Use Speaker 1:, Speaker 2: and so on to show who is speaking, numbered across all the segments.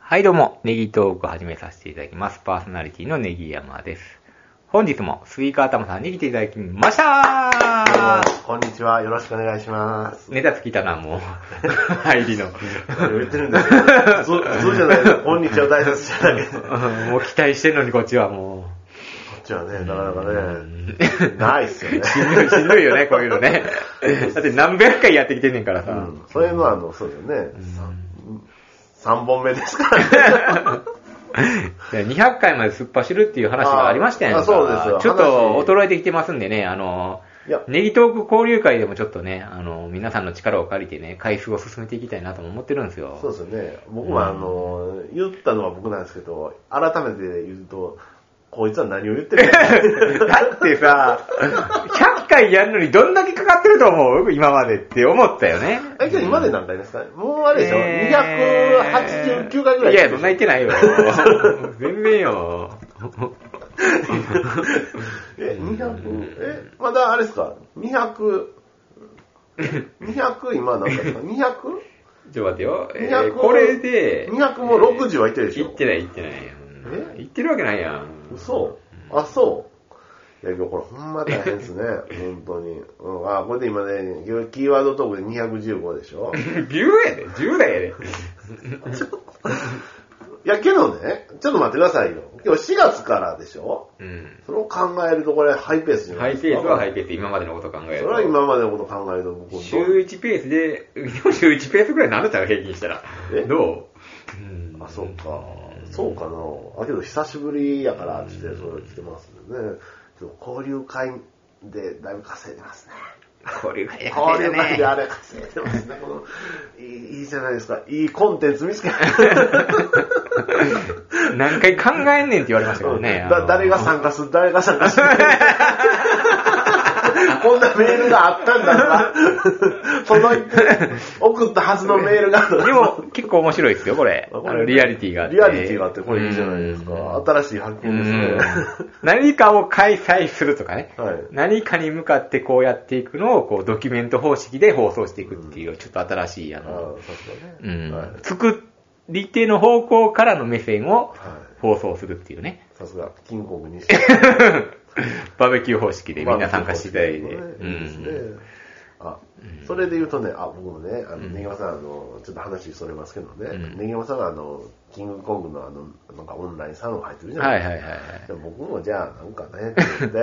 Speaker 1: はいどうも、ネギトークを始めさせていただきます。パーソナリティのネギ山です。本日もスイカ頭さんに来ていただきました
Speaker 2: どうもこんにちは。よろしくお願い します。
Speaker 1: ネタつきたな、もう。入りの。
Speaker 2: 言ってるんだよ。そう、そうじゃないです。こんにちは大切じゃない。こ
Speaker 1: うんもう期待してんのにこっちはも
Speaker 2: っちはね、なかな
Speaker 1: う。う
Speaker 2: かね、
Speaker 1: ん
Speaker 2: ないっすよね。
Speaker 1: しんどい、しんどいよね、こういうの ね。だって何百回やってきてんねんから
Speaker 2: う
Speaker 1: さ。
Speaker 2: ん。それもあの、そうだよね。3本目で すからね。
Speaker 1: で200回まで突っ走るっていう話がありましたよね。
Speaker 2: ああそうですよ
Speaker 1: ちょっと衰えてきてますんでね、あの、
Speaker 2: いや、
Speaker 1: ネギトーク交流会でもちょっとね、あの、皆さんの力を借りてね、回数を進めていきたいなとも思ってるんですよ。
Speaker 2: そうですよね。僕はあの、言ったのは僕なんですけど、改めて言うと、こいつは何を言って るか。
Speaker 1: だってさ、100回やるのにどんだけかかってると思う今までって思ったよね。
Speaker 2: え、今日今まで何回ですかもうあれでしょ、
Speaker 1: えー
Speaker 2: ?289 回ぐらい
Speaker 1: いや、そんな言って ないよ。全然よ。
Speaker 2: え、200? え、まだあれですか ?200、200今なんですか 200?
Speaker 1: ちょっと待ってよ。えー
Speaker 2: 200
Speaker 1: これで、
Speaker 2: 200も60はいってるでし
Speaker 1: 言っ
Speaker 2: ょ
Speaker 1: てない言ってない。
Speaker 2: え
Speaker 1: 言ってるわけないや ん。
Speaker 2: そうあ、そう。いや、今日これほんま大変ですね。本当に。うん、あ、これで今ね、キーワードトークで215でしょ
Speaker 1: 10やで、10代やで。
Speaker 2: いや、けどね、ちょっと待ってくださいよ。今日4月からでしょ
Speaker 1: うん。
Speaker 2: それを考えるとこれハイペースじゃな
Speaker 1: ハ
Speaker 2: い
Speaker 1: イ
Speaker 2: です
Speaker 1: ペ
Speaker 2: か。
Speaker 1: ースはハイペース、今までのこと考える
Speaker 2: そ
Speaker 1: と。
Speaker 2: れは今までのこと考えると僕、どう
Speaker 1: 週1ペースで、でも週1ペースぐらいになるんちゃう平均したら
Speaker 2: え。
Speaker 1: どう
Speaker 2: あ、そうか。そうかな。あ、けど久しぶりやからって言って、それ来てますんでね。でも交流会でだいぶ稼いでますね。
Speaker 1: 交流会や
Speaker 2: 交流
Speaker 1: ね
Speaker 2: 会であれ稼いでますね。このいいいいじゃないですか。いいコンテンツ見つけた。
Speaker 1: 何回考えんねんって言われましたけどね。あ
Speaker 2: だ
Speaker 1: の
Speaker 2: 誰が参加する、誰が参加する。 こんなメールがあったんだとか、その送ったはずのメールが
Speaker 1: でも、結構面白いですよ、これ。
Speaker 2: あ
Speaker 1: あ
Speaker 2: これ
Speaker 1: の、リアリティがあって。
Speaker 2: リアリティがあって、これいいじゃないです
Speaker 1: うん
Speaker 2: か。新しい発見ですね。
Speaker 1: 何かを開催するとかね、
Speaker 2: はい
Speaker 1: 何かに向かってこうやっていくのをこうドキュメント方式で放送していくっていう、ちょっと新しいあ
Speaker 2: あ
Speaker 1: の、
Speaker 2: ーそうです
Speaker 1: う
Speaker 2: よね。
Speaker 1: ん
Speaker 2: はい
Speaker 1: 作り手の方向からの目線を
Speaker 2: はい
Speaker 1: 放送するっていうね、
Speaker 2: さすが、キングコング にして。
Speaker 1: バーベキュー方式でみんな参加していただいて、
Speaker 2: まあ
Speaker 1: う
Speaker 2: いいですね
Speaker 1: ん、
Speaker 2: あ、それで言うとね、あ、僕もね、あの、ネギマさん、あの、ちょっと話それますけどね、ネギマさんがあの、キングコングのあの、なんかオンラインサロン入ってるじゃ
Speaker 1: は
Speaker 2: ないい
Speaker 1: はいはい
Speaker 2: で
Speaker 1: はい。
Speaker 2: すか。で僕もじゃあ、なんかね、って言って、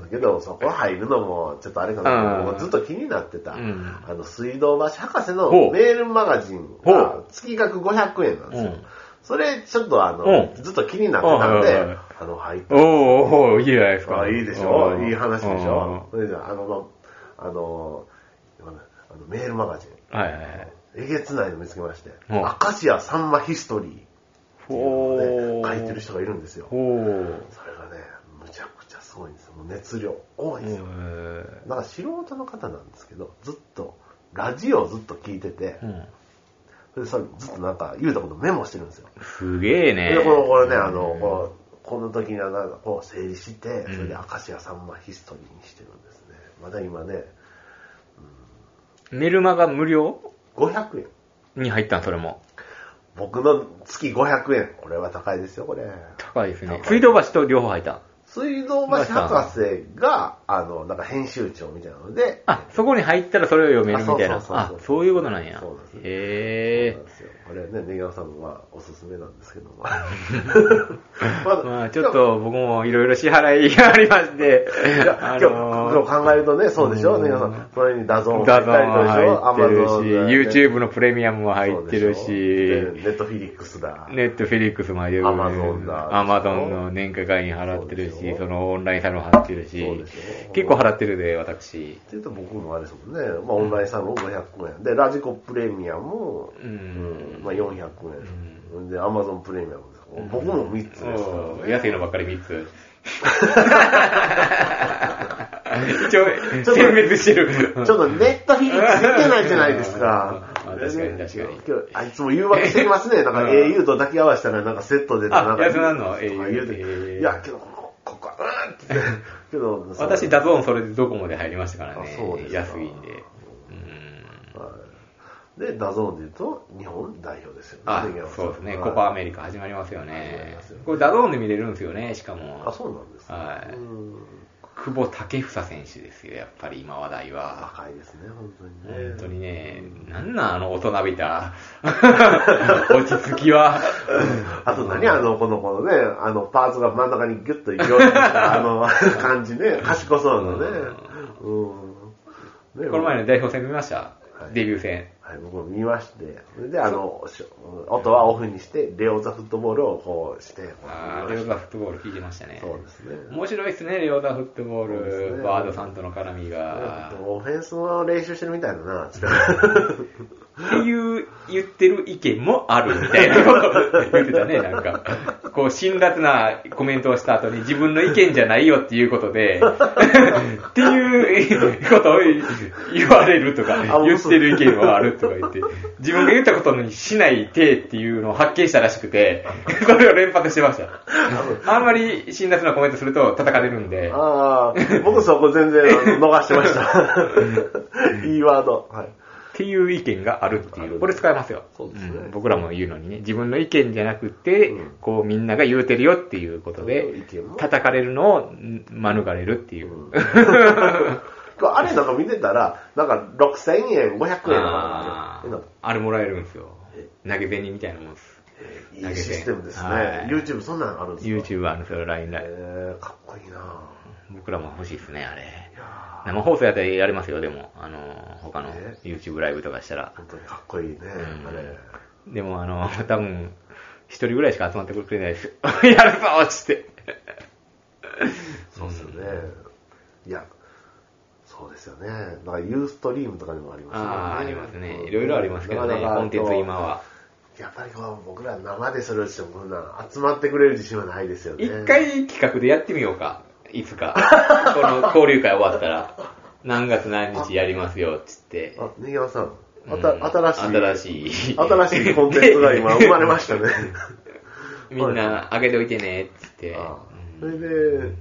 Speaker 2: だけど、そこ入るのも、ちょっとあれかな、
Speaker 1: うん
Speaker 2: 僕もずっと気になってた、
Speaker 1: うん
Speaker 2: あの、水道橋博士の
Speaker 1: ほう
Speaker 2: メールマガジン
Speaker 1: ほ
Speaker 2: が、月額500円なんですよ。
Speaker 1: うん
Speaker 2: それ、ちょっとあの
Speaker 1: う、
Speaker 2: ずっと気になってたん
Speaker 1: はいはいは
Speaker 2: で
Speaker 1: い、
Speaker 2: あの、入って
Speaker 1: おーおーいいじゃないですか。
Speaker 2: あいいでしょ
Speaker 1: うん
Speaker 2: いい話でしょそれじゃあ、あの、まあの、あのあのメールマガジン、
Speaker 1: うんはいはいはい。
Speaker 2: えげつないの見つけまして、
Speaker 1: うん
Speaker 2: アカシアさんまヒストリーって
Speaker 1: ほ
Speaker 2: いうのをね、
Speaker 1: ー
Speaker 2: 書いてる人がいるんですよ。
Speaker 1: ほー
Speaker 2: それがね、むちゃくちゃすごいんですよ。もう熱量、多いんですよ。
Speaker 1: う
Speaker 2: だから素人の方なんですけど、ずっと、ラジオをずっと聞いてて、
Speaker 1: ん
Speaker 2: それでそれずっとなんか言うたことメモしてるんですよ。
Speaker 1: すげえね
Speaker 2: で、。この、これね、あの、この、この時にはなんかこう整理して、それで明石家さんまヒストリーにしてるんですね。まだ今ね、
Speaker 1: メルマが無料
Speaker 2: 500円。
Speaker 1: に入ったん、それも。
Speaker 2: 僕の月500円。これは高いですよ、これ。
Speaker 1: 高いですね。
Speaker 2: 高い
Speaker 1: 水道橋と両方入った。
Speaker 2: 水道橋博士が、あの、なんか編集長みたいなので、
Speaker 1: あ、そこに入ったらそれを読めるみたいな
Speaker 2: あ。そうそう
Speaker 1: あ
Speaker 2: そうそう、
Speaker 1: そういうことなんや
Speaker 2: そうなんです。よそう
Speaker 1: へ
Speaker 2: なん
Speaker 1: え。
Speaker 2: ですよこれね、ネギワさんはおすすめなんですけ ども。
Speaker 1: まあ、ちょっと僕もいろいろ支払いがありまして
Speaker 2: いや、
Speaker 1: あ
Speaker 2: 今日、今
Speaker 1: の
Speaker 2: 日考えるとね、そうでしょ、
Speaker 1: うん
Speaker 2: ネギワさん。それにダゾーンも
Speaker 1: ダ
Speaker 2: 入
Speaker 1: ゾ
Speaker 2: ったりとでし
Speaker 1: ーン
Speaker 2: ょ、
Speaker 1: も入ってるし、
Speaker 2: で
Speaker 1: YouTube のプレミアムも入ってる
Speaker 2: そう
Speaker 1: し、
Speaker 2: でょでネットフィリックスだ。
Speaker 1: ネットフェリックスも入ってる
Speaker 2: Amazon だ
Speaker 1: アマゾンの年会会員払ってる
Speaker 2: そう
Speaker 1: し、
Speaker 2: でしょ
Speaker 1: そのオンラインサロン払ってるし
Speaker 2: そうでしょ、
Speaker 1: 結構払ってるで、私。
Speaker 2: っていうと僕もあれですもんね、まあ、オンラインサロン500円でラジコプレミアムも、
Speaker 1: ん
Speaker 2: うんまあ、400円、でアマゾンプレミアムです、僕も3つですから
Speaker 1: うん安いのばっかり3つ。 一応、
Speaker 2: ちょっと
Speaker 1: 点滅してる。
Speaker 2: ちょっとネットフィリックス見てないじゃないで すか。
Speaker 1: うん確かに確かに
Speaker 2: 今日あいつも誘惑してきますね。なんか
Speaker 1: うん
Speaker 2: au と抱き合わせたらなんかセットで
Speaker 1: あ
Speaker 2: なんか。
Speaker 1: 安なの
Speaker 2: とか言う
Speaker 1: au
Speaker 2: て
Speaker 1: えー
Speaker 2: いや、けどこの、ここは、うんって。けど、
Speaker 1: 私、ダゾーンそれでドコモで入りましたから
Speaker 2: あ
Speaker 1: ね
Speaker 2: そうで。すか
Speaker 1: 安いんで。うん
Speaker 2: はいで、ダゾーンで言うと、日本代表ですよね。
Speaker 1: あ
Speaker 2: 根際さん
Speaker 1: そうですね、
Speaker 2: はい
Speaker 1: コパアメリカ始まりますよ
Speaker 2: 始まり
Speaker 1: ね
Speaker 2: ますよね。
Speaker 1: これ、ダゾーンで見れるんですよね、しかも。
Speaker 2: あ、そうなんですね。
Speaker 1: はい
Speaker 2: うん
Speaker 1: 久保建英選手ですよ、やっぱり今話題は。
Speaker 2: 若いですね、本当にね。
Speaker 1: 本当にね、なんなんあの大人び た落ち着きは。
Speaker 2: あと何あの、この子のね、あの、パーツが真ん中にギュッと凝縮 した、あの、感じね、賢そうなね。うん。ね
Speaker 1: この前の代表戦見ました、
Speaker 2: はい
Speaker 1: デビュー戦。
Speaker 2: はい、僕も見まして、それで、あの、し音はオフにして、レオザフットボールをこうして、こう
Speaker 1: あーレ
Speaker 2: 見ま
Speaker 1: オ
Speaker 2: し
Speaker 1: ザフットボール聞いてましたね
Speaker 2: た。そうですね。
Speaker 1: 面白いですね、レオダフットボー
Speaker 2: そうです
Speaker 1: ル、
Speaker 2: ね
Speaker 1: バードさんとの絡みが。
Speaker 2: オフェンスの練習してるみたいだ な、つって。
Speaker 1: っていう言ってる意見もあるみたいなことを言ってたね、なんか。こう、辛辣なコメントをした後に自分の意見じゃないよっていうことで、っていうことを言われるとか、
Speaker 2: あ
Speaker 1: 言ってる意見もあるとか言って、自分が言ったことにしない手っていうのを発見したらしくて、それを連発してました。あんまり辛辣なコメントすると叩かれるんで、
Speaker 2: ああ、僕そこ全然あの逃して ました。いいワード。はい。
Speaker 1: っていう意見があるって
Speaker 2: あ
Speaker 1: いう。
Speaker 2: る
Speaker 1: これ使えますよ。
Speaker 2: そうですね
Speaker 1: ん僕らも言うのにね、自分の意見じゃなくて、
Speaker 2: うん
Speaker 1: こうみんなが言うてるよっていうこと
Speaker 2: そう
Speaker 1: で
Speaker 2: いう意見も、
Speaker 1: 叩かれるのをん免れるっていう。
Speaker 2: これ あれなんか見てたら、なんか6000円、500円とか
Speaker 1: あ
Speaker 2: えなんか
Speaker 1: ーあれもらえるんですよ
Speaker 2: え。
Speaker 1: 投げ銭みたいなもんです。
Speaker 2: いいシステムですね。
Speaker 1: はい
Speaker 2: YouTube そんなのあるんですか
Speaker 1: YouTube あるんですよ、LINE ライン
Speaker 2: えー、かっこいいな
Speaker 1: 僕らも欲しいですね、あれ。
Speaker 2: いやー
Speaker 1: 生放送やったらやりますよ、でも。あのー、他の
Speaker 2: え
Speaker 1: YouTube ライブとかしたら。
Speaker 2: 本当にかっこいいね、
Speaker 1: ん
Speaker 2: あれ。
Speaker 1: でもあの、多分、一人ぐらいしか集まってくれないです。 やるぞっつって。
Speaker 2: そうですよね。いや、そうですよね。なんかユーストリームとかでもありますよね。
Speaker 1: ああ、ありますね。いろいろありますけどね、
Speaker 2: なかなか
Speaker 1: コンテンツ今は。
Speaker 2: やっぱりこう僕ら生でそれをしてもこんな集まってくれる自信はないですよね。
Speaker 1: 一回企画でやってみようか。いつ か。この交流会終わったら。何月何日やりますよ、つって。
Speaker 2: あ、根際さん、あ
Speaker 1: うん
Speaker 2: た新しい、
Speaker 1: 新しい。
Speaker 2: 新しいコンテンツが 今生まれましたね。
Speaker 1: みんな、開けておいてね、つって。
Speaker 2: あそれで、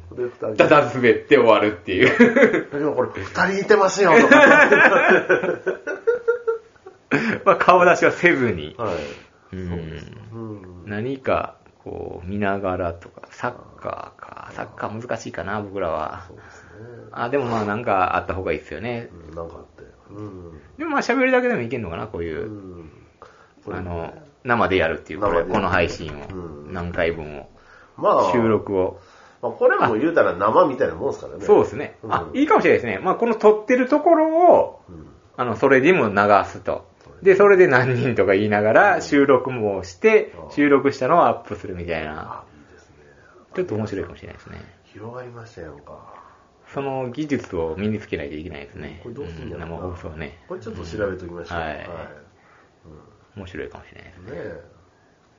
Speaker 2: これ二人。
Speaker 1: だだ滑って終わるって いう。
Speaker 2: でもこれ二人いてますよ、とか。
Speaker 1: まあ、顔出しはせずに。
Speaker 2: は
Speaker 1: う
Speaker 2: い。
Speaker 1: ん
Speaker 2: うん。
Speaker 1: 何か、こう、見ながらとか、サッカーか。サッカー難しいかな、僕らは
Speaker 2: そ。うです
Speaker 1: あ、でもまあ、なんかあった方がいいですよね。
Speaker 2: ね。うん、なんかあって。うん。
Speaker 1: でもまあ喋るだけでもいけるのかな、こういうう、
Speaker 2: ん。
Speaker 1: あの、生でやるっていう、こ
Speaker 2: 生で
Speaker 1: れ
Speaker 2: やる
Speaker 1: この配信を、
Speaker 2: うん
Speaker 1: 何回分を、
Speaker 2: まあ、
Speaker 1: 収。録を。
Speaker 2: まあ、これも言うたら生みたいなもんですからね。
Speaker 1: そうですね。
Speaker 2: うん
Speaker 1: あ、いいかもしれないですね。まあこの撮ってるところを、
Speaker 2: うん。
Speaker 1: あの、それでも流すと。で、それで何人とか言いながら収録もして
Speaker 2: う、ん
Speaker 1: 収録したのをアップするみたいな。
Speaker 2: あ、いいですね。
Speaker 1: ちょっと面白いかもしれないですね。
Speaker 2: 広がりましたやんか。
Speaker 1: その技術を身につけないといけないですね。
Speaker 2: これどうするん
Speaker 1: ん
Speaker 2: やろ
Speaker 1: 生
Speaker 2: な
Speaker 1: 放送ね。
Speaker 2: これちょっと調べておきましょう。
Speaker 1: うんはい
Speaker 2: うん
Speaker 1: 面白いかもしれないですね。
Speaker 2: ね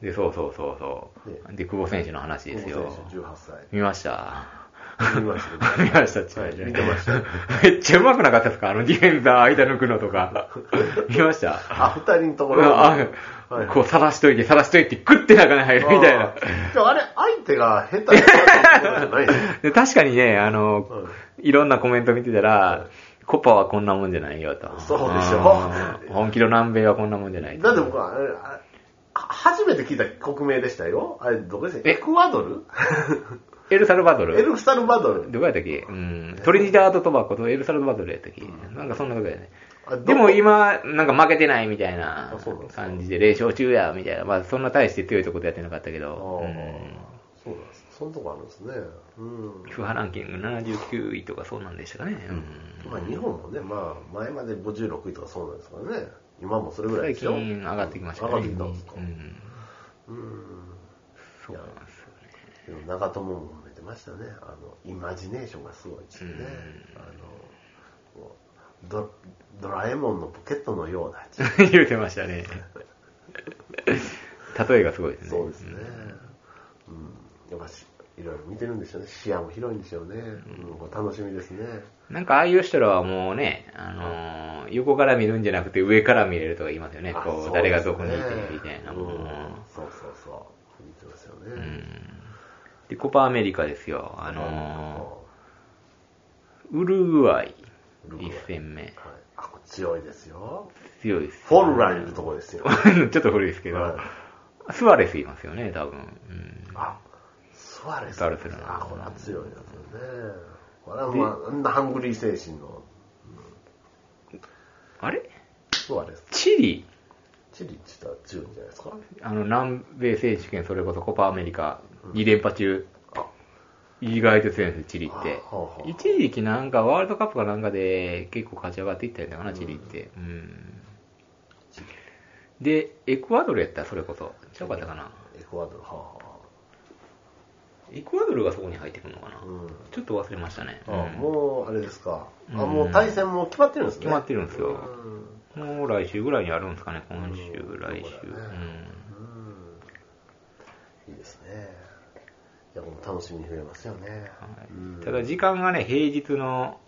Speaker 2: え。
Speaker 1: で、そうそうそうそう。で、久保選手の話ですよ。
Speaker 2: 久保選手18歳。
Speaker 1: 見ました。
Speaker 2: 見ました ね
Speaker 1: 見ました、ち
Speaker 2: はい見てました。
Speaker 1: めっちゃうまくなかったですかあのディフェンダー間抜くのと か。見ました
Speaker 2: あ、二人のところ
Speaker 1: あ
Speaker 2: はい
Speaker 1: こう、さらしといて、さらしといて、グッて中に入るみたいな
Speaker 2: あ。ー。でもあれ、相手が下手になったってことじゃないです
Speaker 1: で確かにね、あの、、
Speaker 2: はい
Speaker 1: ろんなコメント見てたら、コパはこんなもんじゃないよと。
Speaker 2: そうでしょ
Speaker 1: うん本気の南米はこんなもんじゃないと
Speaker 2: だって僕はあれ、あれ初めて聞いた国名でしたよ。あれ、どこでした
Speaker 1: え
Speaker 2: エクアド ル
Speaker 1: エルサルバドル
Speaker 2: エルサルバドル。
Speaker 1: どこやったっけうん。トリニダード・トバコとエルサルバドルやったっけ、なんかそんなことやね
Speaker 2: あど。こ
Speaker 1: でも今、なんか負けてないみたいな
Speaker 2: あそうなんですか
Speaker 1: 感じで、0勝中や、みたいな。まあそんな大して強いとこでやってなかったけ
Speaker 2: ああ
Speaker 1: ど、うん
Speaker 2: そうなんです。そんなとこあるんですね。うん。
Speaker 1: FIFA ランキング79位とかそうなんでしたかね。うん
Speaker 2: まあ、日本もね、まあ、前まで56位とかそうなんですからね。今もそれぐら
Speaker 1: 最
Speaker 2: いですよ。
Speaker 1: 近上がってきましたね。
Speaker 2: 上がってきたんですか
Speaker 1: うん。
Speaker 2: うん。
Speaker 1: そうなんですよね。
Speaker 2: でも長友も褒めてましたね。あの、イマジネーションがすごいですね。あの、こうドドラえもんのポケットのよ うな。
Speaker 1: 言うてましたね。例えがすごいですね。
Speaker 2: そうですね。うん。やっぱし、いろいろ見てるんでしょうね。視野も広いんでしょうね。うん、これ楽しみですね。
Speaker 1: なんかああいう人らはもうね、あのー横から見るんじゃなくて上から見れるとか言いますよね。
Speaker 2: あ
Speaker 1: こ、
Speaker 2: そうう
Speaker 1: 誰がどこにいて
Speaker 2: ですね
Speaker 1: みたいな。
Speaker 2: うん
Speaker 1: もう
Speaker 2: そうそうそう。見てますよね。
Speaker 1: で、コパアメリカですよ。あのーウルグアイ、
Speaker 2: ウルグアイ
Speaker 1: 1戦目。
Speaker 2: はい、あこ強いですよ。
Speaker 1: 強いです。
Speaker 2: フォルランいるとこで すよ。
Speaker 1: ちょっと古いですけど、
Speaker 2: はい
Speaker 1: スアレスいますよね、多分。うん
Speaker 2: あ、スアレス。
Speaker 1: スアレスだな
Speaker 2: あ、これは強いやつだね。これはまあ、あんなハングリー精神の
Speaker 1: あれ
Speaker 2: スアレス。
Speaker 1: チリ
Speaker 2: チリって言ったら強いんじゃないですか。
Speaker 1: あの、南米選手権、それこそコパアメリカ、2連覇中、意外と強いんですよ、チリって
Speaker 2: あはあは。あ
Speaker 1: 一時期なんか、ワールドカップかなんかで結構勝ち上がっていったんだかな、チリって。うん。で、エクアドルやったら、それこそ。違うかったかな。
Speaker 2: エクアドル、はあは
Speaker 1: エクアドルがそこに入ってくるのかな
Speaker 2: あ。。うん。
Speaker 1: ちょっと忘れましたね。
Speaker 2: あ
Speaker 1: うん
Speaker 2: もう、あれですか。あ、
Speaker 1: うん
Speaker 2: もう対戦も決まってるんですね。
Speaker 1: 決まってるんですよ
Speaker 2: うん
Speaker 1: もう来週ぐらいにあるんですかね、今週、
Speaker 2: うん
Speaker 1: 来週。
Speaker 2: そうだね
Speaker 1: う
Speaker 2: いいですね。いや、もう楽しみに増えますよね。
Speaker 1: ん
Speaker 2: うん
Speaker 1: ただ時間がね、平日の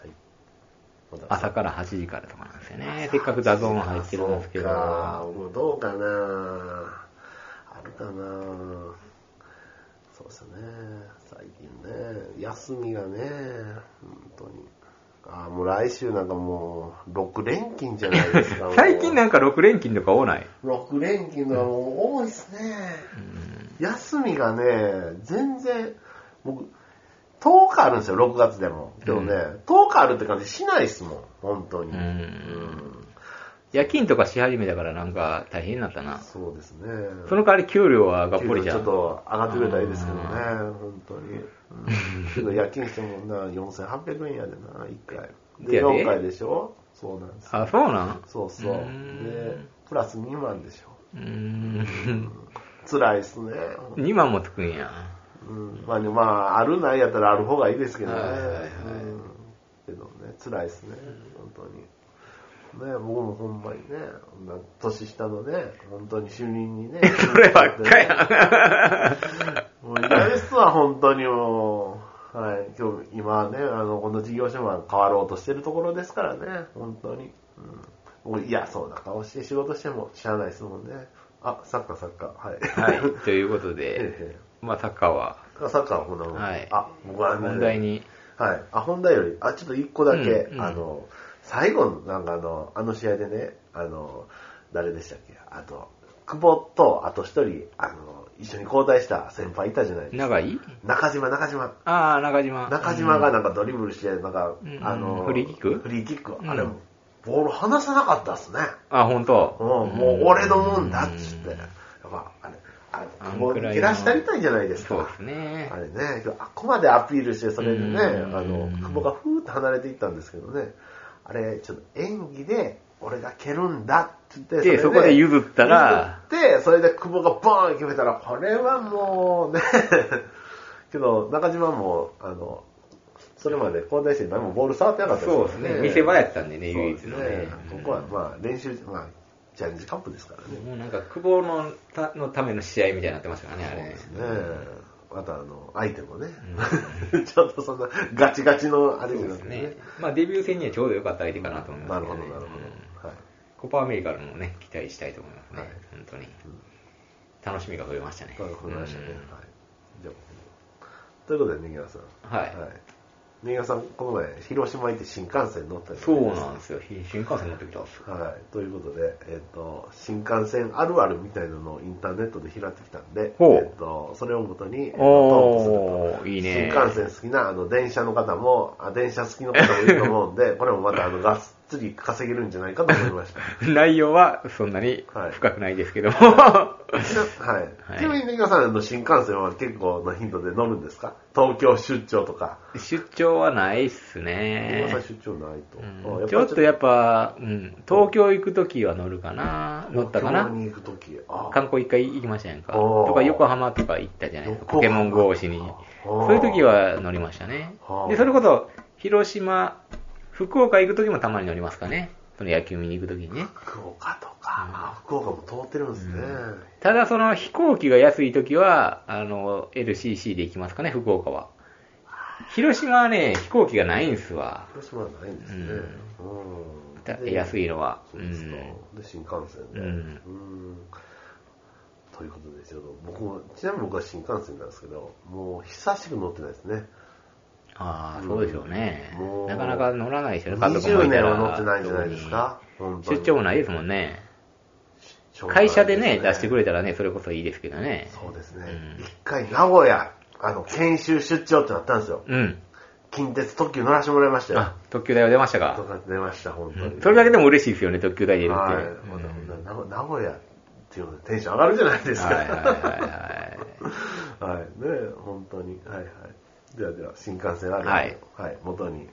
Speaker 2: はいまだ
Speaker 1: 朝から8時からとかなんですよね。せっかくダゾーン入ってるんですけど。。
Speaker 2: そうかもうどうかなあるかなそうですよね。最近ね、休みがね、本当に。あーもう来週なんかもう、6連勤じゃないですか
Speaker 1: 最近なんか6連勤とか多ない。
Speaker 2: 6連勤のはもう多いですね、休みがね全然僕10日あるんですよ6月でも今日ね、
Speaker 1: う
Speaker 2: 10日あるって感じしないですもん本当に、
Speaker 1: うん
Speaker 2: うん
Speaker 1: 夜勤とかし始めたからなんか大変になったな。
Speaker 2: そうですね
Speaker 1: その代わり給料はがっぽりじ
Speaker 2: ち
Speaker 1: ゃ
Speaker 2: ょっ
Speaker 1: ん。
Speaker 2: と上がってくれたらいいですけどね本当に、うん、けど夜勤してもな4800円やでな1回
Speaker 1: せ
Speaker 2: で
Speaker 1: やで
Speaker 2: 4回でしょそうなんです
Speaker 1: あ、そうなん
Speaker 2: そうそう
Speaker 1: うん
Speaker 2: でプラス2万でしょ
Speaker 1: うー ん。
Speaker 2: 辛いですね
Speaker 1: 2万もつくんや。
Speaker 2: うんまあね、まあ、あるないやったらある方がいいですけどね。
Speaker 1: はいはいはい
Speaker 2: うんけどね、辛いですね、本当に。ね、僕もほんまにね、こんな年下のね、本当に就任 にね。
Speaker 1: そればっかや。
Speaker 2: もう嫌ですわ、本当にもう。はい、今日、今はね、あの、この事業所も変わろうとしてるところですからね、本当に。うん。もう嫌そうな顔して仕事してもしゃあないですもんね。あ、サッカーサッカー、はい。
Speaker 1: はい。 ということ
Speaker 2: え
Speaker 1: で、
Speaker 2: え
Speaker 1: まあサッカーは
Speaker 2: あサッカーはこんなもん。
Speaker 1: はい
Speaker 2: あ、僕はね
Speaker 1: 問題に。
Speaker 2: はい。あ、本題より、あ、ちょっと一個だけ、
Speaker 1: うんうん
Speaker 2: あの、最後の、なんかあの、あの試合でね、あの、誰でしたっけあと、久保と、あと一人、あの、一緒に交代した先輩いたじゃないですか。
Speaker 1: 長い
Speaker 2: 中島、中島。
Speaker 1: ああ、中島。
Speaker 2: 中島がなんかドリブルして、なんか、
Speaker 1: うん
Speaker 2: あの、
Speaker 1: フリーキック
Speaker 2: フリーキック。
Speaker 1: うん
Speaker 2: あれ、ボール離さなかったっすね。
Speaker 1: あ、本当。
Speaker 2: うん、もう俺のもんだっつって。やっぱ、あれ、あれ、
Speaker 1: あんくらいの
Speaker 2: 久保に蹴らしたりたいじゃないですか。
Speaker 1: そうですね
Speaker 2: あ。れね、あっこまでアピールして、それでね、
Speaker 1: うん
Speaker 2: あの、久保がふーっと離れていったんですけどね、あれ、ちょっと演技で、俺が蹴るんだって言って、
Speaker 1: でそこで譲ったら、
Speaker 2: 譲って、それで久保がボーン決めたら、これはもうね、 けど、中島も、あの、それまで交代して何もボール触ってなかった
Speaker 1: そうですね。見せ場やったんでね、
Speaker 2: そう
Speaker 1: 唯
Speaker 2: で
Speaker 1: 一
Speaker 2: す
Speaker 1: のね
Speaker 2: ね。。ここは、まあ、練習、まあ、チャレンジカップですからね。
Speaker 1: もうなんか、久保のたのための試合みたいになってましたからね、あれ。
Speaker 2: ねえ、またあの、相手もね、 ちょっとそんなガチガチのあれじ
Speaker 1: そ
Speaker 2: ゃ
Speaker 1: うで
Speaker 2: なく
Speaker 1: す
Speaker 2: てね。
Speaker 1: ね。まあ、デビュー戦にはちょうど良かった相手かなと思いま
Speaker 2: な
Speaker 1: すけ
Speaker 2: るほ
Speaker 1: ど
Speaker 2: ど、
Speaker 1: ね。
Speaker 2: なるほど。はい。
Speaker 1: コパアメリカのもね、期待したいと思いますね。
Speaker 2: はい
Speaker 1: 本当に。楽しみが増えましたね。
Speaker 2: なるほど、ましたね。
Speaker 1: う
Speaker 2: は
Speaker 1: ん
Speaker 2: い。じゃあ、ということで、ねぎわさん。
Speaker 1: はい
Speaker 2: ねぎわさん、この前、広島行って新幹線乗ったじゃ
Speaker 1: そう
Speaker 2: いですか
Speaker 1: なんですよ。新新幹線乗ってきたんですよ。
Speaker 2: はい。ということで、えっ、と、新幹線あるあるみたいなのをインターネットで拾ってきたんで、
Speaker 1: ほう
Speaker 2: えっと、それをもとに、えっとトークすると。
Speaker 1: おー、いいね。
Speaker 2: 新幹線好きなあの電車の方もあ、電車好きの方もいると思う んで、これもまたあのがっつり稼げるんじゃないかと思いました。
Speaker 1: 内容はそんなに
Speaker 2: はい
Speaker 1: 深くないですけども。
Speaker 2: はい。
Speaker 1: い
Speaker 2: ちなみに、皆さんの新幹線は結構な頻度で乗るんですか東京出張とか。
Speaker 1: 出張はないっすね
Speaker 2: 皆。さん出張ないと。
Speaker 1: うん
Speaker 2: あ
Speaker 1: ちょっとやっ
Speaker 2: ぱ
Speaker 1: ぱ、うん、東京行くときは乗るかな、乗ったか
Speaker 2: 東京
Speaker 1: な。
Speaker 2: に行く時あ
Speaker 1: 観光一回行きましたやんか。
Speaker 2: おー
Speaker 1: とか横浜とか行ったじゃないですか。
Speaker 2: 横
Speaker 1: ポ
Speaker 2: 浜
Speaker 1: ケモン GO しに。
Speaker 2: おー
Speaker 1: そういう時は乗りましたね
Speaker 2: は。あ
Speaker 1: で、それこそ、広島、福岡行く時もたまに乗りますかね。その野球見に行く時にね。
Speaker 2: 福岡とか、あ福岡も通ってるんですね。
Speaker 1: ただその飛行機が安い時は、あの、LCC で行きますかね、福岡は。広島はね、飛行機がないんすわ。
Speaker 2: 広島はないんですね。
Speaker 1: た
Speaker 2: うん。で
Speaker 1: 安いのは。
Speaker 2: そうですか。で、新幹線で。
Speaker 1: う
Speaker 2: うんん。ということで、ちょっと僕も、ちなみに僕は新幹線なんですけど、もう久しく乗ってないですね。
Speaker 1: ああ、そうでしょうね
Speaker 2: も。う
Speaker 1: なかなか乗らないですよね、家族も
Speaker 2: 20
Speaker 1: いた
Speaker 2: 年
Speaker 1: ら
Speaker 2: は乗ってないんじゃないですか。本当
Speaker 1: 特に
Speaker 2: に
Speaker 1: 出張もないですもんね。会社でね、出してくれたらね、それこそいいですけどね。
Speaker 2: そうですね
Speaker 1: う。ん
Speaker 2: 一回名古屋、あの、研修出張ってなったんですよ。
Speaker 1: うん。
Speaker 2: 近鉄特急乗らせてもらいましたよ。
Speaker 1: あ、特急代は出ました
Speaker 2: と
Speaker 1: か。
Speaker 2: か出ました、本当に。
Speaker 1: それだけでも嬉しいですよね、特急代出るって
Speaker 2: はい
Speaker 1: いう。
Speaker 2: ほ
Speaker 1: うんん
Speaker 2: でほんで。名古名古屋っていうのでテンション上がるじゃないです
Speaker 1: は
Speaker 2: か。
Speaker 1: いはいはい
Speaker 2: はい、ねえ本当に。はいはい。ではでは、新幹線ある
Speaker 1: はい
Speaker 2: はい、元に。はい、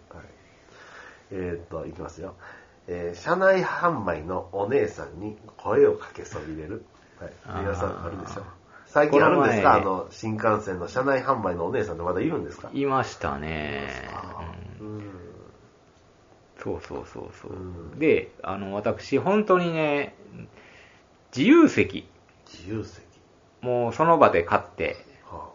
Speaker 2: えーっと、いきますよ。えー車内販売のお姉さんに声をかけそびれる。はい、皆さ
Speaker 1: あ
Speaker 2: ん
Speaker 1: ー
Speaker 2: あるでしょ最近あるんですか、あ
Speaker 1: この
Speaker 2: の、新幹線の車内販売のお姉さんってまだいるんですか
Speaker 1: はい。いましたね。
Speaker 2: あ
Speaker 1: うん
Speaker 2: ーうん
Speaker 1: そうそうそうそうう。
Speaker 2: ん
Speaker 1: で、あの、私、本当にね、自由席、
Speaker 2: 自由席。
Speaker 1: もうその場で買って、
Speaker 2: は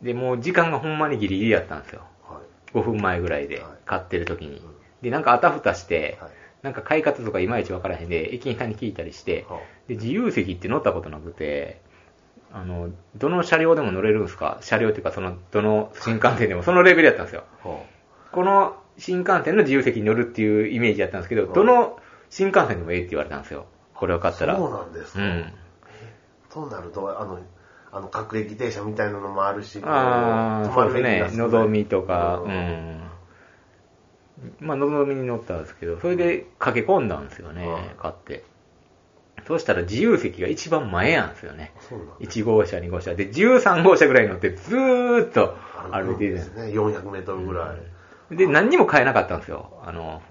Speaker 1: で、もう時間がほんまにギリギリだったんですよ。
Speaker 2: あ、はい。
Speaker 1: 5分前ぐらいで
Speaker 2: はい、
Speaker 1: 買ってる時に
Speaker 2: うん。
Speaker 1: で、なんかあたふたして、
Speaker 2: はい。
Speaker 1: なんか買い方とかいまいちわからへんで、駅員さんに聞いたりして、
Speaker 2: は
Speaker 1: で、自由席って乗ったことなくて、あの、どの車両でも乗れるんですか車両っていうか、その、どの新幹線で も、そのレベルやったんですよ。
Speaker 2: あ、は
Speaker 1: この新幹線の自由席に乗るっていうイメージやったんですけど、
Speaker 2: はい
Speaker 1: どの新幹線でもええって言われたんですよ。これを買
Speaker 2: あ、
Speaker 1: った
Speaker 2: そう
Speaker 1: ら。
Speaker 2: なんですか。
Speaker 1: うん。
Speaker 2: そうなると、あの、あの、各駅停車みたいなのもあるし、
Speaker 1: ああ、
Speaker 2: こ
Speaker 1: そう
Speaker 2: う
Speaker 1: ですね。のぞみとか、
Speaker 2: う
Speaker 1: うんん。まあ、のぞみに乗ったんですけど、それで駆け込んだんですよね
Speaker 2: はい、
Speaker 1: 買って。そうしたら自由席が一番前なんですよね。
Speaker 2: そうなんです
Speaker 1: 1号車、2号車で、13号車ぐらいに乗って、ずーっと歩
Speaker 2: 歩
Speaker 1: いて
Speaker 2: いて
Speaker 1: るん
Speaker 2: で
Speaker 1: です
Speaker 2: すね。400メートルぐらい。
Speaker 1: で、何にも買えなかったんですよ。あの、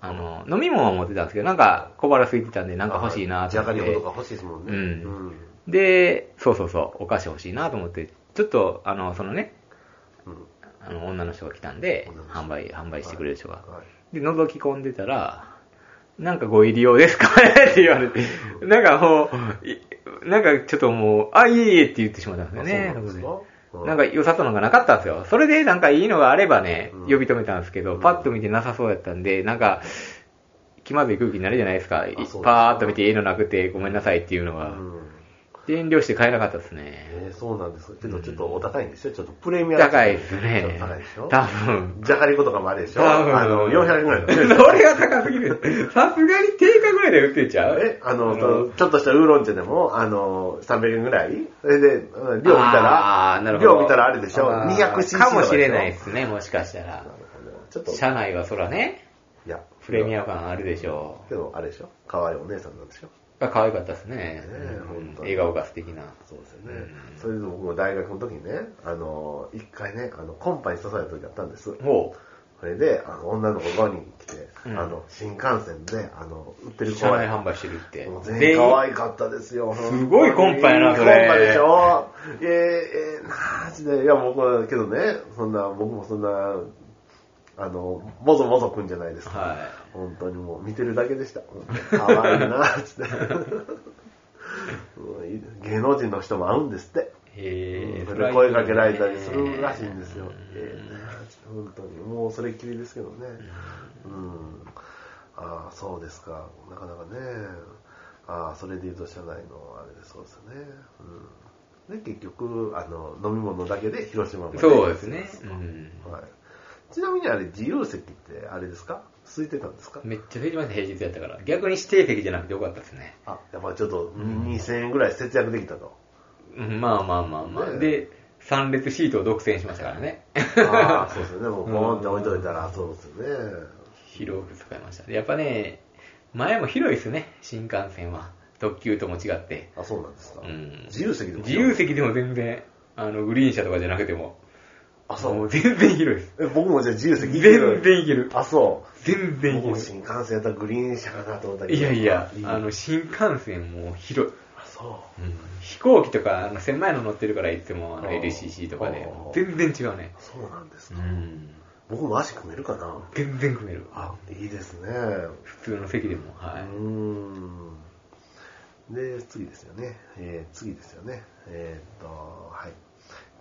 Speaker 1: あの、飲み物は持ってたんですけど、なんか小腹空いてたんで、なんか欲しいな
Speaker 2: じ
Speaker 1: と
Speaker 2: ゃ
Speaker 1: 思
Speaker 2: が
Speaker 1: っ
Speaker 2: り
Speaker 1: て。
Speaker 2: ことか欲しいですもんね。
Speaker 1: うんで、そうそうそう、お菓子欲しいなと思って、ちょっと、あの、そのね、
Speaker 2: うん。
Speaker 1: あの、女の人が来たんで
Speaker 2: 女の、人
Speaker 1: 販売、販売してくれる人が。
Speaker 2: はい
Speaker 1: で、覗き込んでたら、なんかご入り用ですか ねって言われて、なんかもう、いなんかちょっともう、あ、いえいえって言ってしまったんですよね。
Speaker 2: あそうなんですか
Speaker 1: そこで
Speaker 2: うん
Speaker 1: なんか良さそうなのがなかったんですよ。それでなんかいいのがあればね
Speaker 2: うん、
Speaker 1: 呼び止めたんですけど、
Speaker 2: うん
Speaker 1: パッと見てなさそうやったんで、なんか、気まずい空気になるじゃないですか。い
Speaker 2: そうですね
Speaker 1: パーッと見ていいのなくてごめんなさいっていうのが。
Speaker 2: うん
Speaker 1: 遠慮して買えなかったですね。
Speaker 2: えーそうなんですけど、ちょっとお高いんですよ。ちょっとプレミアム。
Speaker 1: 高いです
Speaker 2: ちょっ
Speaker 1: ね
Speaker 2: と高いでし。ょ
Speaker 1: 多分。
Speaker 2: じゃがりことかもあれでしょ
Speaker 1: 多分
Speaker 2: あの、400円ぐらい
Speaker 1: そ
Speaker 2: だ
Speaker 1: れ
Speaker 2: よね
Speaker 1: が高すぎる。さすがに定価ぐらいで売ってんちゃう
Speaker 2: え、あの、そのちょっとしたウーロン茶でも、あの、300円ぐらいそれで、うん量見た
Speaker 1: あ
Speaker 2: ら
Speaker 1: ーなる、ほど
Speaker 2: 量見たらあれでしょ
Speaker 1: あー
Speaker 2: ?200cc
Speaker 1: かもしれない
Speaker 2: と
Speaker 1: で
Speaker 2: か
Speaker 1: すね、もしかしたら
Speaker 2: しょ。なるほどちょっと、
Speaker 1: 社内はそらね、
Speaker 2: いや、
Speaker 1: プレミア感あるでしょ
Speaker 2: けど、あれでしょ可愛いお姉さんなんでしょ
Speaker 1: う。可愛かったですね。
Speaker 2: ねえ
Speaker 1: うん
Speaker 2: 本当に
Speaker 1: 笑顔が素敵な。
Speaker 2: そうですよね。それで僕も大学の時にね、あの、一回ね、あの、コンパに刺された時あったんです。
Speaker 1: ほ
Speaker 2: それで、あの、女の子5人来て、
Speaker 1: うん
Speaker 2: あの、新幹線で、あの、売って
Speaker 1: う。
Speaker 2: る
Speaker 1: 社
Speaker 2: 子
Speaker 1: 内
Speaker 2: が、
Speaker 1: 販売してるって
Speaker 2: もう。全
Speaker 1: 全
Speaker 2: 員
Speaker 1: 員
Speaker 2: 可愛かったですよ。
Speaker 1: すごいコンパやなそれ
Speaker 2: いいコンパでしょ。えー、えー、マジで、いや、僕は、けどね、そんな、僕もそんな、あの、もぞもぞくんじゃないですか。
Speaker 1: は
Speaker 2: 本当にもう見てるだけでした。可愛いなぁ、つって。 うん芸能人の人も会うんですって。
Speaker 1: い。へえ
Speaker 2: それで声かけられたりするらしいんですよ。ええなぁつって本当に。もうそれっきりですけどね。うん。ああ、そうですか。なかなかね。ああ、それで言うと社内のあれでそうですね。うん。で、結局、あの、飲み物だけで広島まで。
Speaker 1: そうですね。うん。
Speaker 2: はい。ちなみにあれ、自由席ってあれですか空いてたんですか
Speaker 1: めっちゃ減りました、平日やったから。逆に指定席じゃなくてよかったですね。
Speaker 2: あ、やっぱちょっと2000円ぐらい節約できたと。
Speaker 1: うんまあまあまあまあ。
Speaker 2: ね
Speaker 1: で、3列シートを独占しましたからね。
Speaker 2: ああ、そうですよね。もうポンって置いといたら、そうですよね。
Speaker 1: 広く使いました。やっぱね、前も広いですね、新幹線は。特急とも違って。
Speaker 2: あ、そうなんですか。
Speaker 1: うん
Speaker 2: 自由席でも
Speaker 1: 自由席でも全然、あの、グリーン車とかじゃなくても、
Speaker 2: あ、そ
Speaker 1: もう
Speaker 2: う。
Speaker 1: 全然広いです。
Speaker 2: え僕もじゃあ自由席
Speaker 1: 全
Speaker 2: 行ける
Speaker 1: 然いける。
Speaker 2: あ、そう。
Speaker 1: 全然い
Speaker 2: 僕
Speaker 1: け
Speaker 2: も
Speaker 1: る。
Speaker 2: 新幹線やったらグリーン車かなと思ったけど。
Speaker 1: いやいや、
Speaker 2: い
Speaker 1: あの、新幹線も広い。
Speaker 2: あ、そう。
Speaker 1: 飛行機とか、あの、狭いの乗ってるからいつも、あの、
Speaker 2: あー
Speaker 1: LCC とかで、も
Speaker 2: あ
Speaker 1: う
Speaker 2: ー
Speaker 1: 全然違うね。
Speaker 2: そうなんです
Speaker 1: う
Speaker 2: か。
Speaker 1: ん。
Speaker 2: 僕も足組めるかな。
Speaker 1: 全然組める。
Speaker 2: あ、いいですね。
Speaker 1: 普通の席でも、
Speaker 2: う
Speaker 1: はい。
Speaker 2: ーん。で、次ですよね。えー次ですよね。えーっと、はい。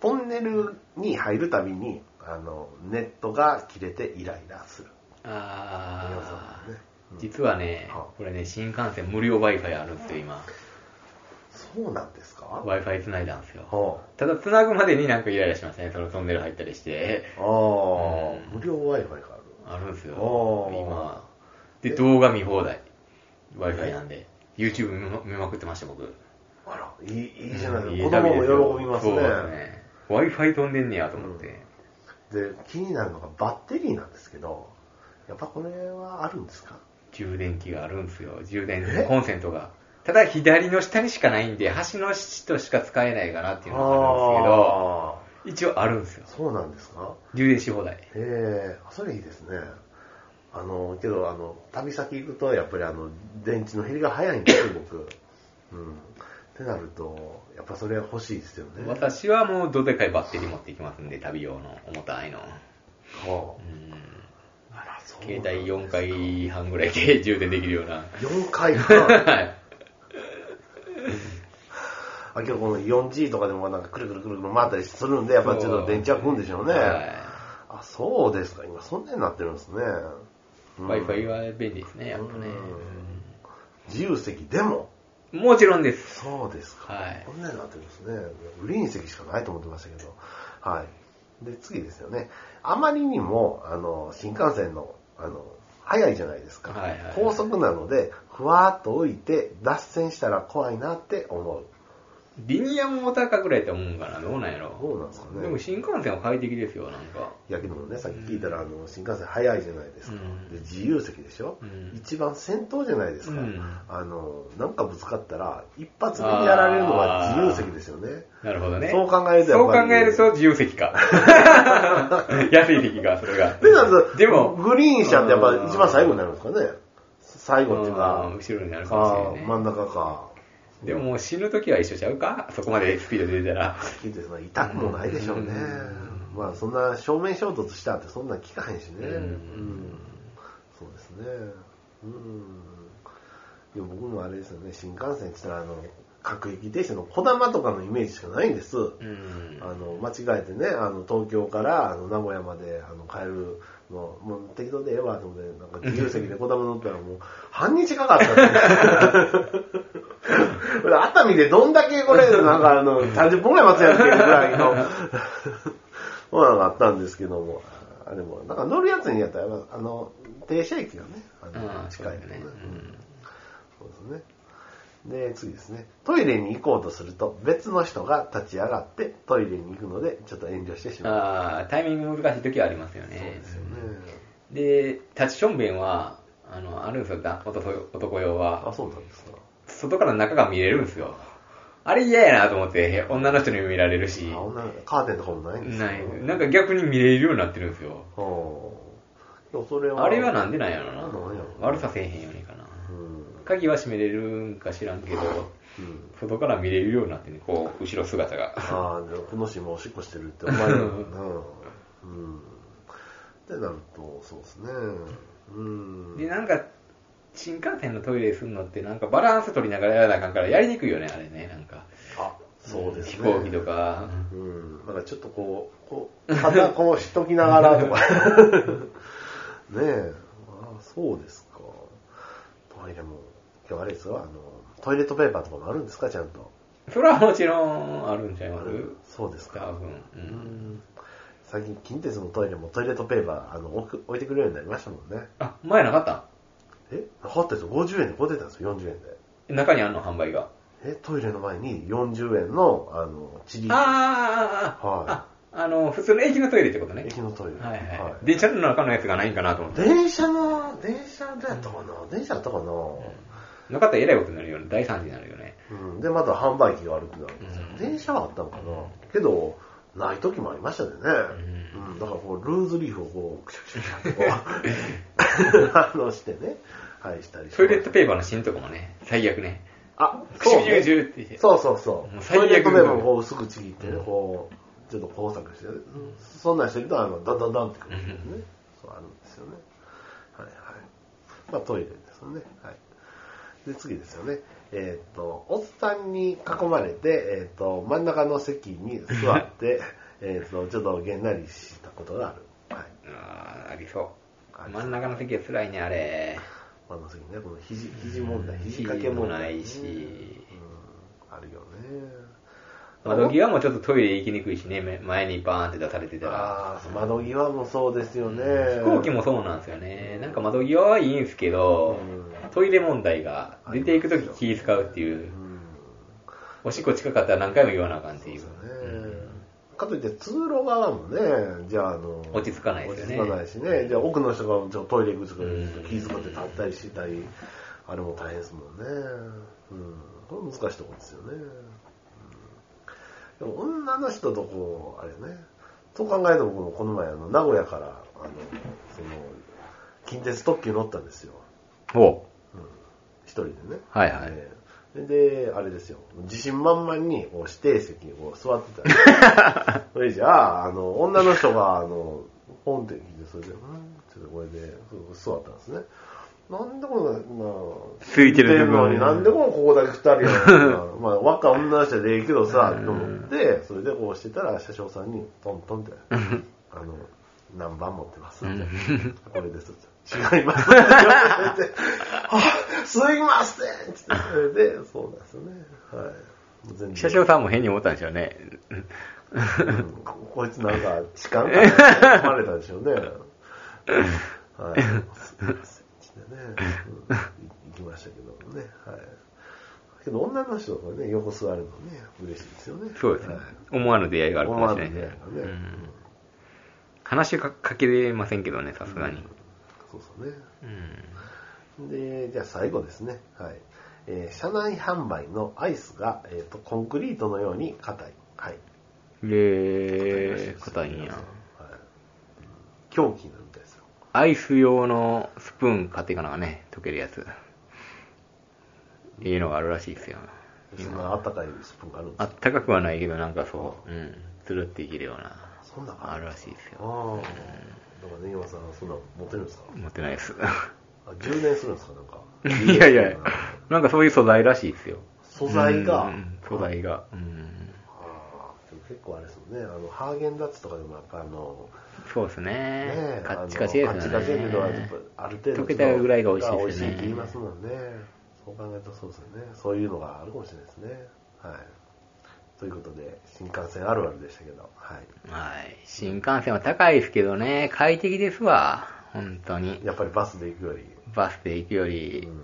Speaker 2: トンネルに入るたびに、あの、ネットが切れてイライラする。皆
Speaker 1: あ
Speaker 2: さん
Speaker 1: ー
Speaker 2: ね。うん
Speaker 1: 実はね
Speaker 2: は、
Speaker 1: これね、新幹線無料 Wi-Fi あるんですよ、今。
Speaker 2: そそうなんですか
Speaker 1: Wi-Fi 繋いだんですよ。
Speaker 2: は
Speaker 1: ただ繋ぐまでになんかイライラしますね。そのトンネル入ったりして。
Speaker 2: あ、ああ、
Speaker 1: うん
Speaker 2: 無料 Wi-Fi がある。
Speaker 1: あるんですよ。
Speaker 2: おー
Speaker 1: 今。で、動画見放題。Wi-Fi なんで。YouTube 見ま見まくってました、僕。
Speaker 2: あら、いいいいじゃない
Speaker 1: い
Speaker 2: です
Speaker 1: い
Speaker 2: か。子
Speaker 1: 旅ですよ
Speaker 2: 供も喜びますね。
Speaker 1: そうですね。Wi-Fi 飛んでんねやと思って。
Speaker 2: で、気になるのがバッテリーなんですけど、やっぱこれはあるんですか
Speaker 1: 充電器があるんですよ。充電
Speaker 2: え
Speaker 1: コンセントが。ただ左の下にしかないんで、端の下しか使えないかなっていうのがあ
Speaker 2: あ
Speaker 1: るんですけど、一応あるんですよ
Speaker 2: あ。そうなんですか
Speaker 1: 充電し放題。
Speaker 2: ええそれいいですね。あの、けど、あの、旅先行くと、やっぱりあの、電池の減りが早いんですよ、僕。うん。ってなると、やっぱそれ欲しいですよね。は
Speaker 1: 私はもうどでかいバッテリー持っていきますんで、旅用の重たいの。
Speaker 2: あ
Speaker 1: うん
Speaker 2: あら、そう。
Speaker 1: 携帯4。回半ぐらいで充電できるような。
Speaker 2: 4回半。
Speaker 1: はい。
Speaker 2: あ、今日この 4G とかでもなんかくるくるくるくる回ったりするんで、やっぱちょっと電池は食うんでしょうね。
Speaker 1: は
Speaker 2: あ、そうですか。今、そんなになってるんですね。
Speaker 1: い。
Speaker 2: うん
Speaker 1: Wi-Fi は便利ですね、やっぱね。
Speaker 2: 自由席でも。
Speaker 1: もちろんです。
Speaker 2: そうですか。
Speaker 1: はい
Speaker 2: こんなになってるんですね。輪席しかないと思ってましたけど。はい。で、次ですよね。あまりにも、あの、新幹線の、あの、速いじゃないですか。
Speaker 1: はいはいはい
Speaker 2: 高速なので、ふわーっと浮いて、脱線したら怖いなって思う。
Speaker 1: リニアモーターカーぐらいって思うんかな、どうなんや
Speaker 2: ど
Speaker 1: ろ。
Speaker 2: うなんですか
Speaker 1: でも
Speaker 2: ね。
Speaker 1: 新幹線は快適ですよ、なんか。
Speaker 2: いやけどもね、さっき聞いたら、あの、新幹線速いじゃないですか。
Speaker 1: うん
Speaker 2: で、自由席でしょ、
Speaker 1: うん
Speaker 2: 一番先頭じゃないですか。
Speaker 1: うん
Speaker 2: あの、なんかぶつかったら、一発目にやられるのは自由席ですよね。
Speaker 1: なるほどね。
Speaker 2: そう考えるとや
Speaker 1: そ
Speaker 2: っ
Speaker 1: う
Speaker 2: ぱり
Speaker 1: 考えると自由席 か。安い席か、それが。
Speaker 2: で、なんか
Speaker 1: でも、
Speaker 2: グリーン車ってやっぱ一番最後になるんですかね。最後っていう
Speaker 1: う
Speaker 2: か
Speaker 1: ん、後ろになるかもしれ
Speaker 2: あ
Speaker 1: ないね
Speaker 2: ー真ん中か。
Speaker 1: でももう死ぬ時は一緒ちゃうかそこまでスピード出てたら。
Speaker 2: いいですね痛くもないでしょうね。まあそんな正面衝突したってそんなん聞かへんしね。
Speaker 1: うん
Speaker 2: うんそうですね。うん。いや僕もあれですよね、新幹線って言ったらあの、各駅停車の小玉とかのイメージしかないんです。
Speaker 1: うん
Speaker 2: あの間違えてねあの東京からあの名古屋まであの帰るのもう適当でええわと思ってなんか自由席でこだま乗ったらもう半日かかったってい う熱海でどんだけこれなんかあの30分ぐらい待つやつっていうぐらいのものがあったんですけどもあでもなんか乗るやつにやったらあの停車駅がねあの
Speaker 1: うん
Speaker 2: 近いのね
Speaker 1: そうだねうん
Speaker 2: そうですねで、次ですね。トイレに行こうとすると、別の人が立ち上がってトイレに行くので、ちょっと遠慮してしまう。
Speaker 1: あータイミング難しい時はありますよね。
Speaker 2: そうですよね。
Speaker 1: で、立ちションベンは、あの、あるんですよ、だ男男用
Speaker 2: あ、
Speaker 1: は。
Speaker 2: そうなんですか。
Speaker 1: 外から中が見れるんですよ。あれ嫌やなと思って、女の人にも見られるし。
Speaker 2: あ、女カーテンとかもないんですか
Speaker 1: ない。なんか逆に見れるようになってるんですよ。
Speaker 2: おーでもそれは。
Speaker 1: あれはなんでなんやろな
Speaker 2: なんなんやろ。
Speaker 1: 悪させえへんようにかな。
Speaker 2: うん。
Speaker 1: 鍵は閉めれるんか知らんけど、
Speaker 2: うん。
Speaker 1: 外から見れるようになってね、こう、後ろ姿が。
Speaker 2: ああ、でもこの人もおしっこしてるって思われるもんな。うん。ってなると、そうですね。うん。
Speaker 1: で、なんか、新幹線のトイレするのって、なんかバランス取りながらやらなあかんから、やりにくいよね、あれね、なんか。
Speaker 2: あ、そうです
Speaker 1: 飛
Speaker 2: ね。
Speaker 1: 行機とか。
Speaker 2: うん、なんかちょっとこう、こ う、肩こうしときながらとか。ねえ、あそうですか。トイレも、今日あれですよ、あの、トイレットペーパーとかもあるんですか、ちゃんと。
Speaker 1: それはもちろんあるんちゃいます
Speaker 2: そうです
Speaker 1: 多
Speaker 2: か。
Speaker 1: 分。う。
Speaker 2: うんん。最近、近鉄のトイレもトイレットペーパー、あの、置く置いてくれるようになりましたもんね。
Speaker 1: あ、前なかった
Speaker 2: え、なかったですよ。50円でこう出たんですよ、40円で。
Speaker 1: 中にあんの、販売が。
Speaker 2: え、トイレの前に40円の、あの、ちぎり、
Speaker 1: あー、
Speaker 2: はい
Speaker 1: あ、あの、普通の駅のトイレってことね。
Speaker 2: 駅のトイレ。
Speaker 1: はいはい。電車の中のやつがないんかなと思って。
Speaker 2: 電車の、電車だったかな電車だったかな、
Speaker 1: なかったらえらいことになるよね。大惨事になるよね。
Speaker 2: うん、で、また販売機があるってなるんですよ
Speaker 1: う。ん
Speaker 2: 電車はあったのかなけど、ない時もありましたよね。うん、だからこう、ルーズリーフをこう、くしゃくしゃくしゃってこう、反応してね、はい、したりして。
Speaker 1: トイレットペーパーの芯とかもね、最悪ね。
Speaker 2: あ、
Speaker 1: くし
Speaker 2: そう
Speaker 1: ゅじゅ
Speaker 2: ね
Speaker 1: うじゅうって言って。
Speaker 2: そうそうそう
Speaker 1: もう。最
Speaker 2: ト
Speaker 1: 悪
Speaker 2: イレットペーパーもこう薄くちぎってね、
Speaker 1: うん
Speaker 2: こう、ちょっと工作して、そんなんしてると、あの、ドンドンドンってくるんですよね。そう、あるんですよね。はいはい。まあ、トイレですね。はい。で、次ですよね。えーっと、おっさんに囲まれて、えーっと、真ん中の席に座って、 えーっと、ちょっとげんなりしたことがある。はい。
Speaker 1: あーありそ
Speaker 2: あ
Speaker 1: う。
Speaker 2: りそう
Speaker 1: 真ん中の席は辛いね、あれ。
Speaker 2: 真ん中の席ね、この肘、肘問題、
Speaker 1: うん
Speaker 2: 肘掛け問題。
Speaker 1: 肘もないし
Speaker 2: うん、あるよね。
Speaker 3: 窓際もちょっとトイレ行きにくいしね、め前にバーンって出されてたら。
Speaker 2: ああ、窓際もそうですよね。
Speaker 3: 飛行機もそうなんですよね。なんか窓際はいいんですけど、トイレ問題が出ていくとき気使うっていうう、
Speaker 2: ん。
Speaker 3: おしっこ近かったら何回も言わなあかんっていう。
Speaker 2: ねかといって通路側もね、じゃあ、あの、
Speaker 3: 落ち着かないですよね
Speaker 2: 落ち着かないしね。じゃあ、奥の人がちょっとトイレ行くとか
Speaker 3: うん
Speaker 2: 気遣って立ったりしたり、あれも大変ですもんね。うん。これ難しいところですよね。うん、でも、女の人とこう、あれね、そう考えても、この前、あの、名古屋から、あの、その、近鉄特急乗ったんですよ。
Speaker 1: お
Speaker 2: うん一人でね。
Speaker 1: はいはい
Speaker 2: えーで、であれですよ。自信満々にこう指定席にこう座ってたんで すよそれじゃあ、あの、女の人が、あの、ポンって聞いて、それで、うんちょっとこれでそう座ったんですね。なんでこの、まあ、
Speaker 1: 空いてる
Speaker 2: 空
Speaker 1: 部分
Speaker 2: のになんでこのここだけ二人や のまあ、若い女の人でええけどさ、と思って、それでこうしてたら、車掌さんにトントンって、 あの、何番持ってますって。これですって。違 いますって言われて、あ、すいませんつって、それで、そうなんですよね。はい。全然
Speaker 1: 車掌さんも変に思ったんでしょうね。
Speaker 2: うんここいつなんか痴漢かなって思われたんでしょうね。はい。すいません。ちょっとね、うんい行きましたけどもね。はい。けど女の人がね、横座るのね、嬉しいですよね。
Speaker 1: そうですね
Speaker 2: はい。
Speaker 1: 思わぬ出会いがあるかもしれない
Speaker 2: 思わ
Speaker 1: ね。
Speaker 2: ぬ出会いがね
Speaker 1: うん話しかかけれませんけどね、さすがに。
Speaker 2: そうそうね。
Speaker 1: うん
Speaker 2: で、じゃあ最後ですね。はい。えー車内販売のアイスが、えっ、と、コンクリートのように硬い。はい。
Speaker 1: えー、硬いんや
Speaker 2: はい。。狂気なんですよ。
Speaker 1: アイス用のスプーン買っていかなあかんね、溶けるやつ。いいのがあるらしいですよ。
Speaker 2: そんなあったかいスプーンがあるんです
Speaker 1: あ
Speaker 2: よ
Speaker 1: ったかくはないけど、なんかそう、うん、つるっていけるような、
Speaker 2: そんなんが
Speaker 1: あ
Speaker 2: ある
Speaker 1: る
Speaker 2: んで
Speaker 1: ら
Speaker 2: す
Speaker 1: しいです
Speaker 2: ああ
Speaker 1: よ。。
Speaker 2: だからね、今さん、そんなん持ってるんですか
Speaker 1: 持ってない です。
Speaker 2: あ、10年するんですかなんか。
Speaker 1: いやいや、なんかそういう素材らしいですよ。
Speaker 2: 素材が。
Speaker 1: うん素材が。うん
Speaker 2: ああ。でも結構あれですもんね。あの、ハーゲンダッツとかでもやっぱあの、
Speaker 1: そうです
Speaker 2: ね
Speaker 1: ね
Speaker 2: え。
Speaker 1: カッチカチですよね。
Speaker 2: カッチカチやけど、ある程度。
Speaker 1: 溶けたぐらいが美味しいですね
Speaker 2: 美味しいって言いますもんね。そう考えるとそうですよね。そういうのがあるかもしれないですね。はい。ということで、新幹線あるあるでしたけど、はい。
Speaker 1: はい。新幹線は高いですけどね、快適ですわ。本当に。
Speaker 2: やっぱりバスで行くより。
Speaker 1: バスで行くより
Speaker 2: うん。。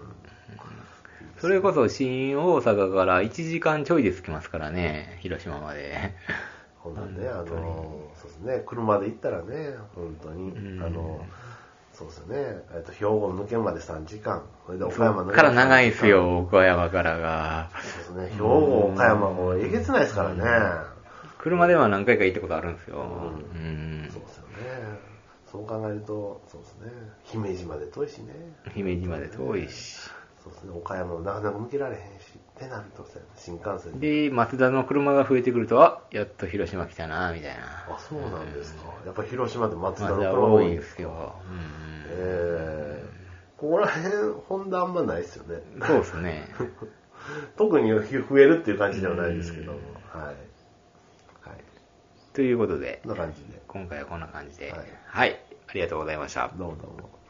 Speaker 1: それこそ新大阪から1時間ちょいで着きますからね、広島ま で。
Speaker 2: ほんとね、あの、そうですね、車で行ったらね、本当に、
Speaker 1: うん
Speaker 2: あの、そうですよね、えっと、兵庫抜けまで3時間、それで岡
Speaker 1: そ
Speaker 2: 山
Speaker 1: っ
Speaker 2: 抜け
Speaker 1: から長いです。よ、岡山からが。
Speaker 2: そうですね、兵庫、岡山もえげつないですからね。
Speaker 1: 車では何回か行ったことあるんですよ。
Speaker 2: う
Speaker 1: うん
Speaker 2: そうですよね。そう考えると、そうですね。姫路まで遠いしね。
Speaker 1: 姫路まで遠いし。
Speaker 2: そうですね。岡山もなかなか向けられへんし。ってなるとさ、新幹線
Speaker 1: で、
Speaker 2: で。
Speaker 1: 松田の車が増えてくると、あ、やっと広島来たな、みたいな。
Speaker 2: あ、そうなんですか。やっぱ広島で松田
Speaker 1: 松
Speaker 2: の
Speaker 1: 田
Speaker 2: 車
Speaker 1: 多
Speaker 2: 多
Speaker 1: い
Speaker 2: い
Speaker 1: ん
Speaker 2: ん
Speaker 1: で
Speaker 2: ですす
Speaker 1: よ。うん
Speaker 2: ええここら辺、ホンダあんまないですよね。
Speaker 1: そうですね。
Speaker 2: 特に増えるっていう感じではないですけども。はい。はい。
Speaker 1: ということで
Speaker 2: こん、な感じで。
Speaker 1: 今回はこんな感じで。
Speaker 2: はい
Speaker 1: はい、ありがとうございました。
Speaker 2: どうもどうも。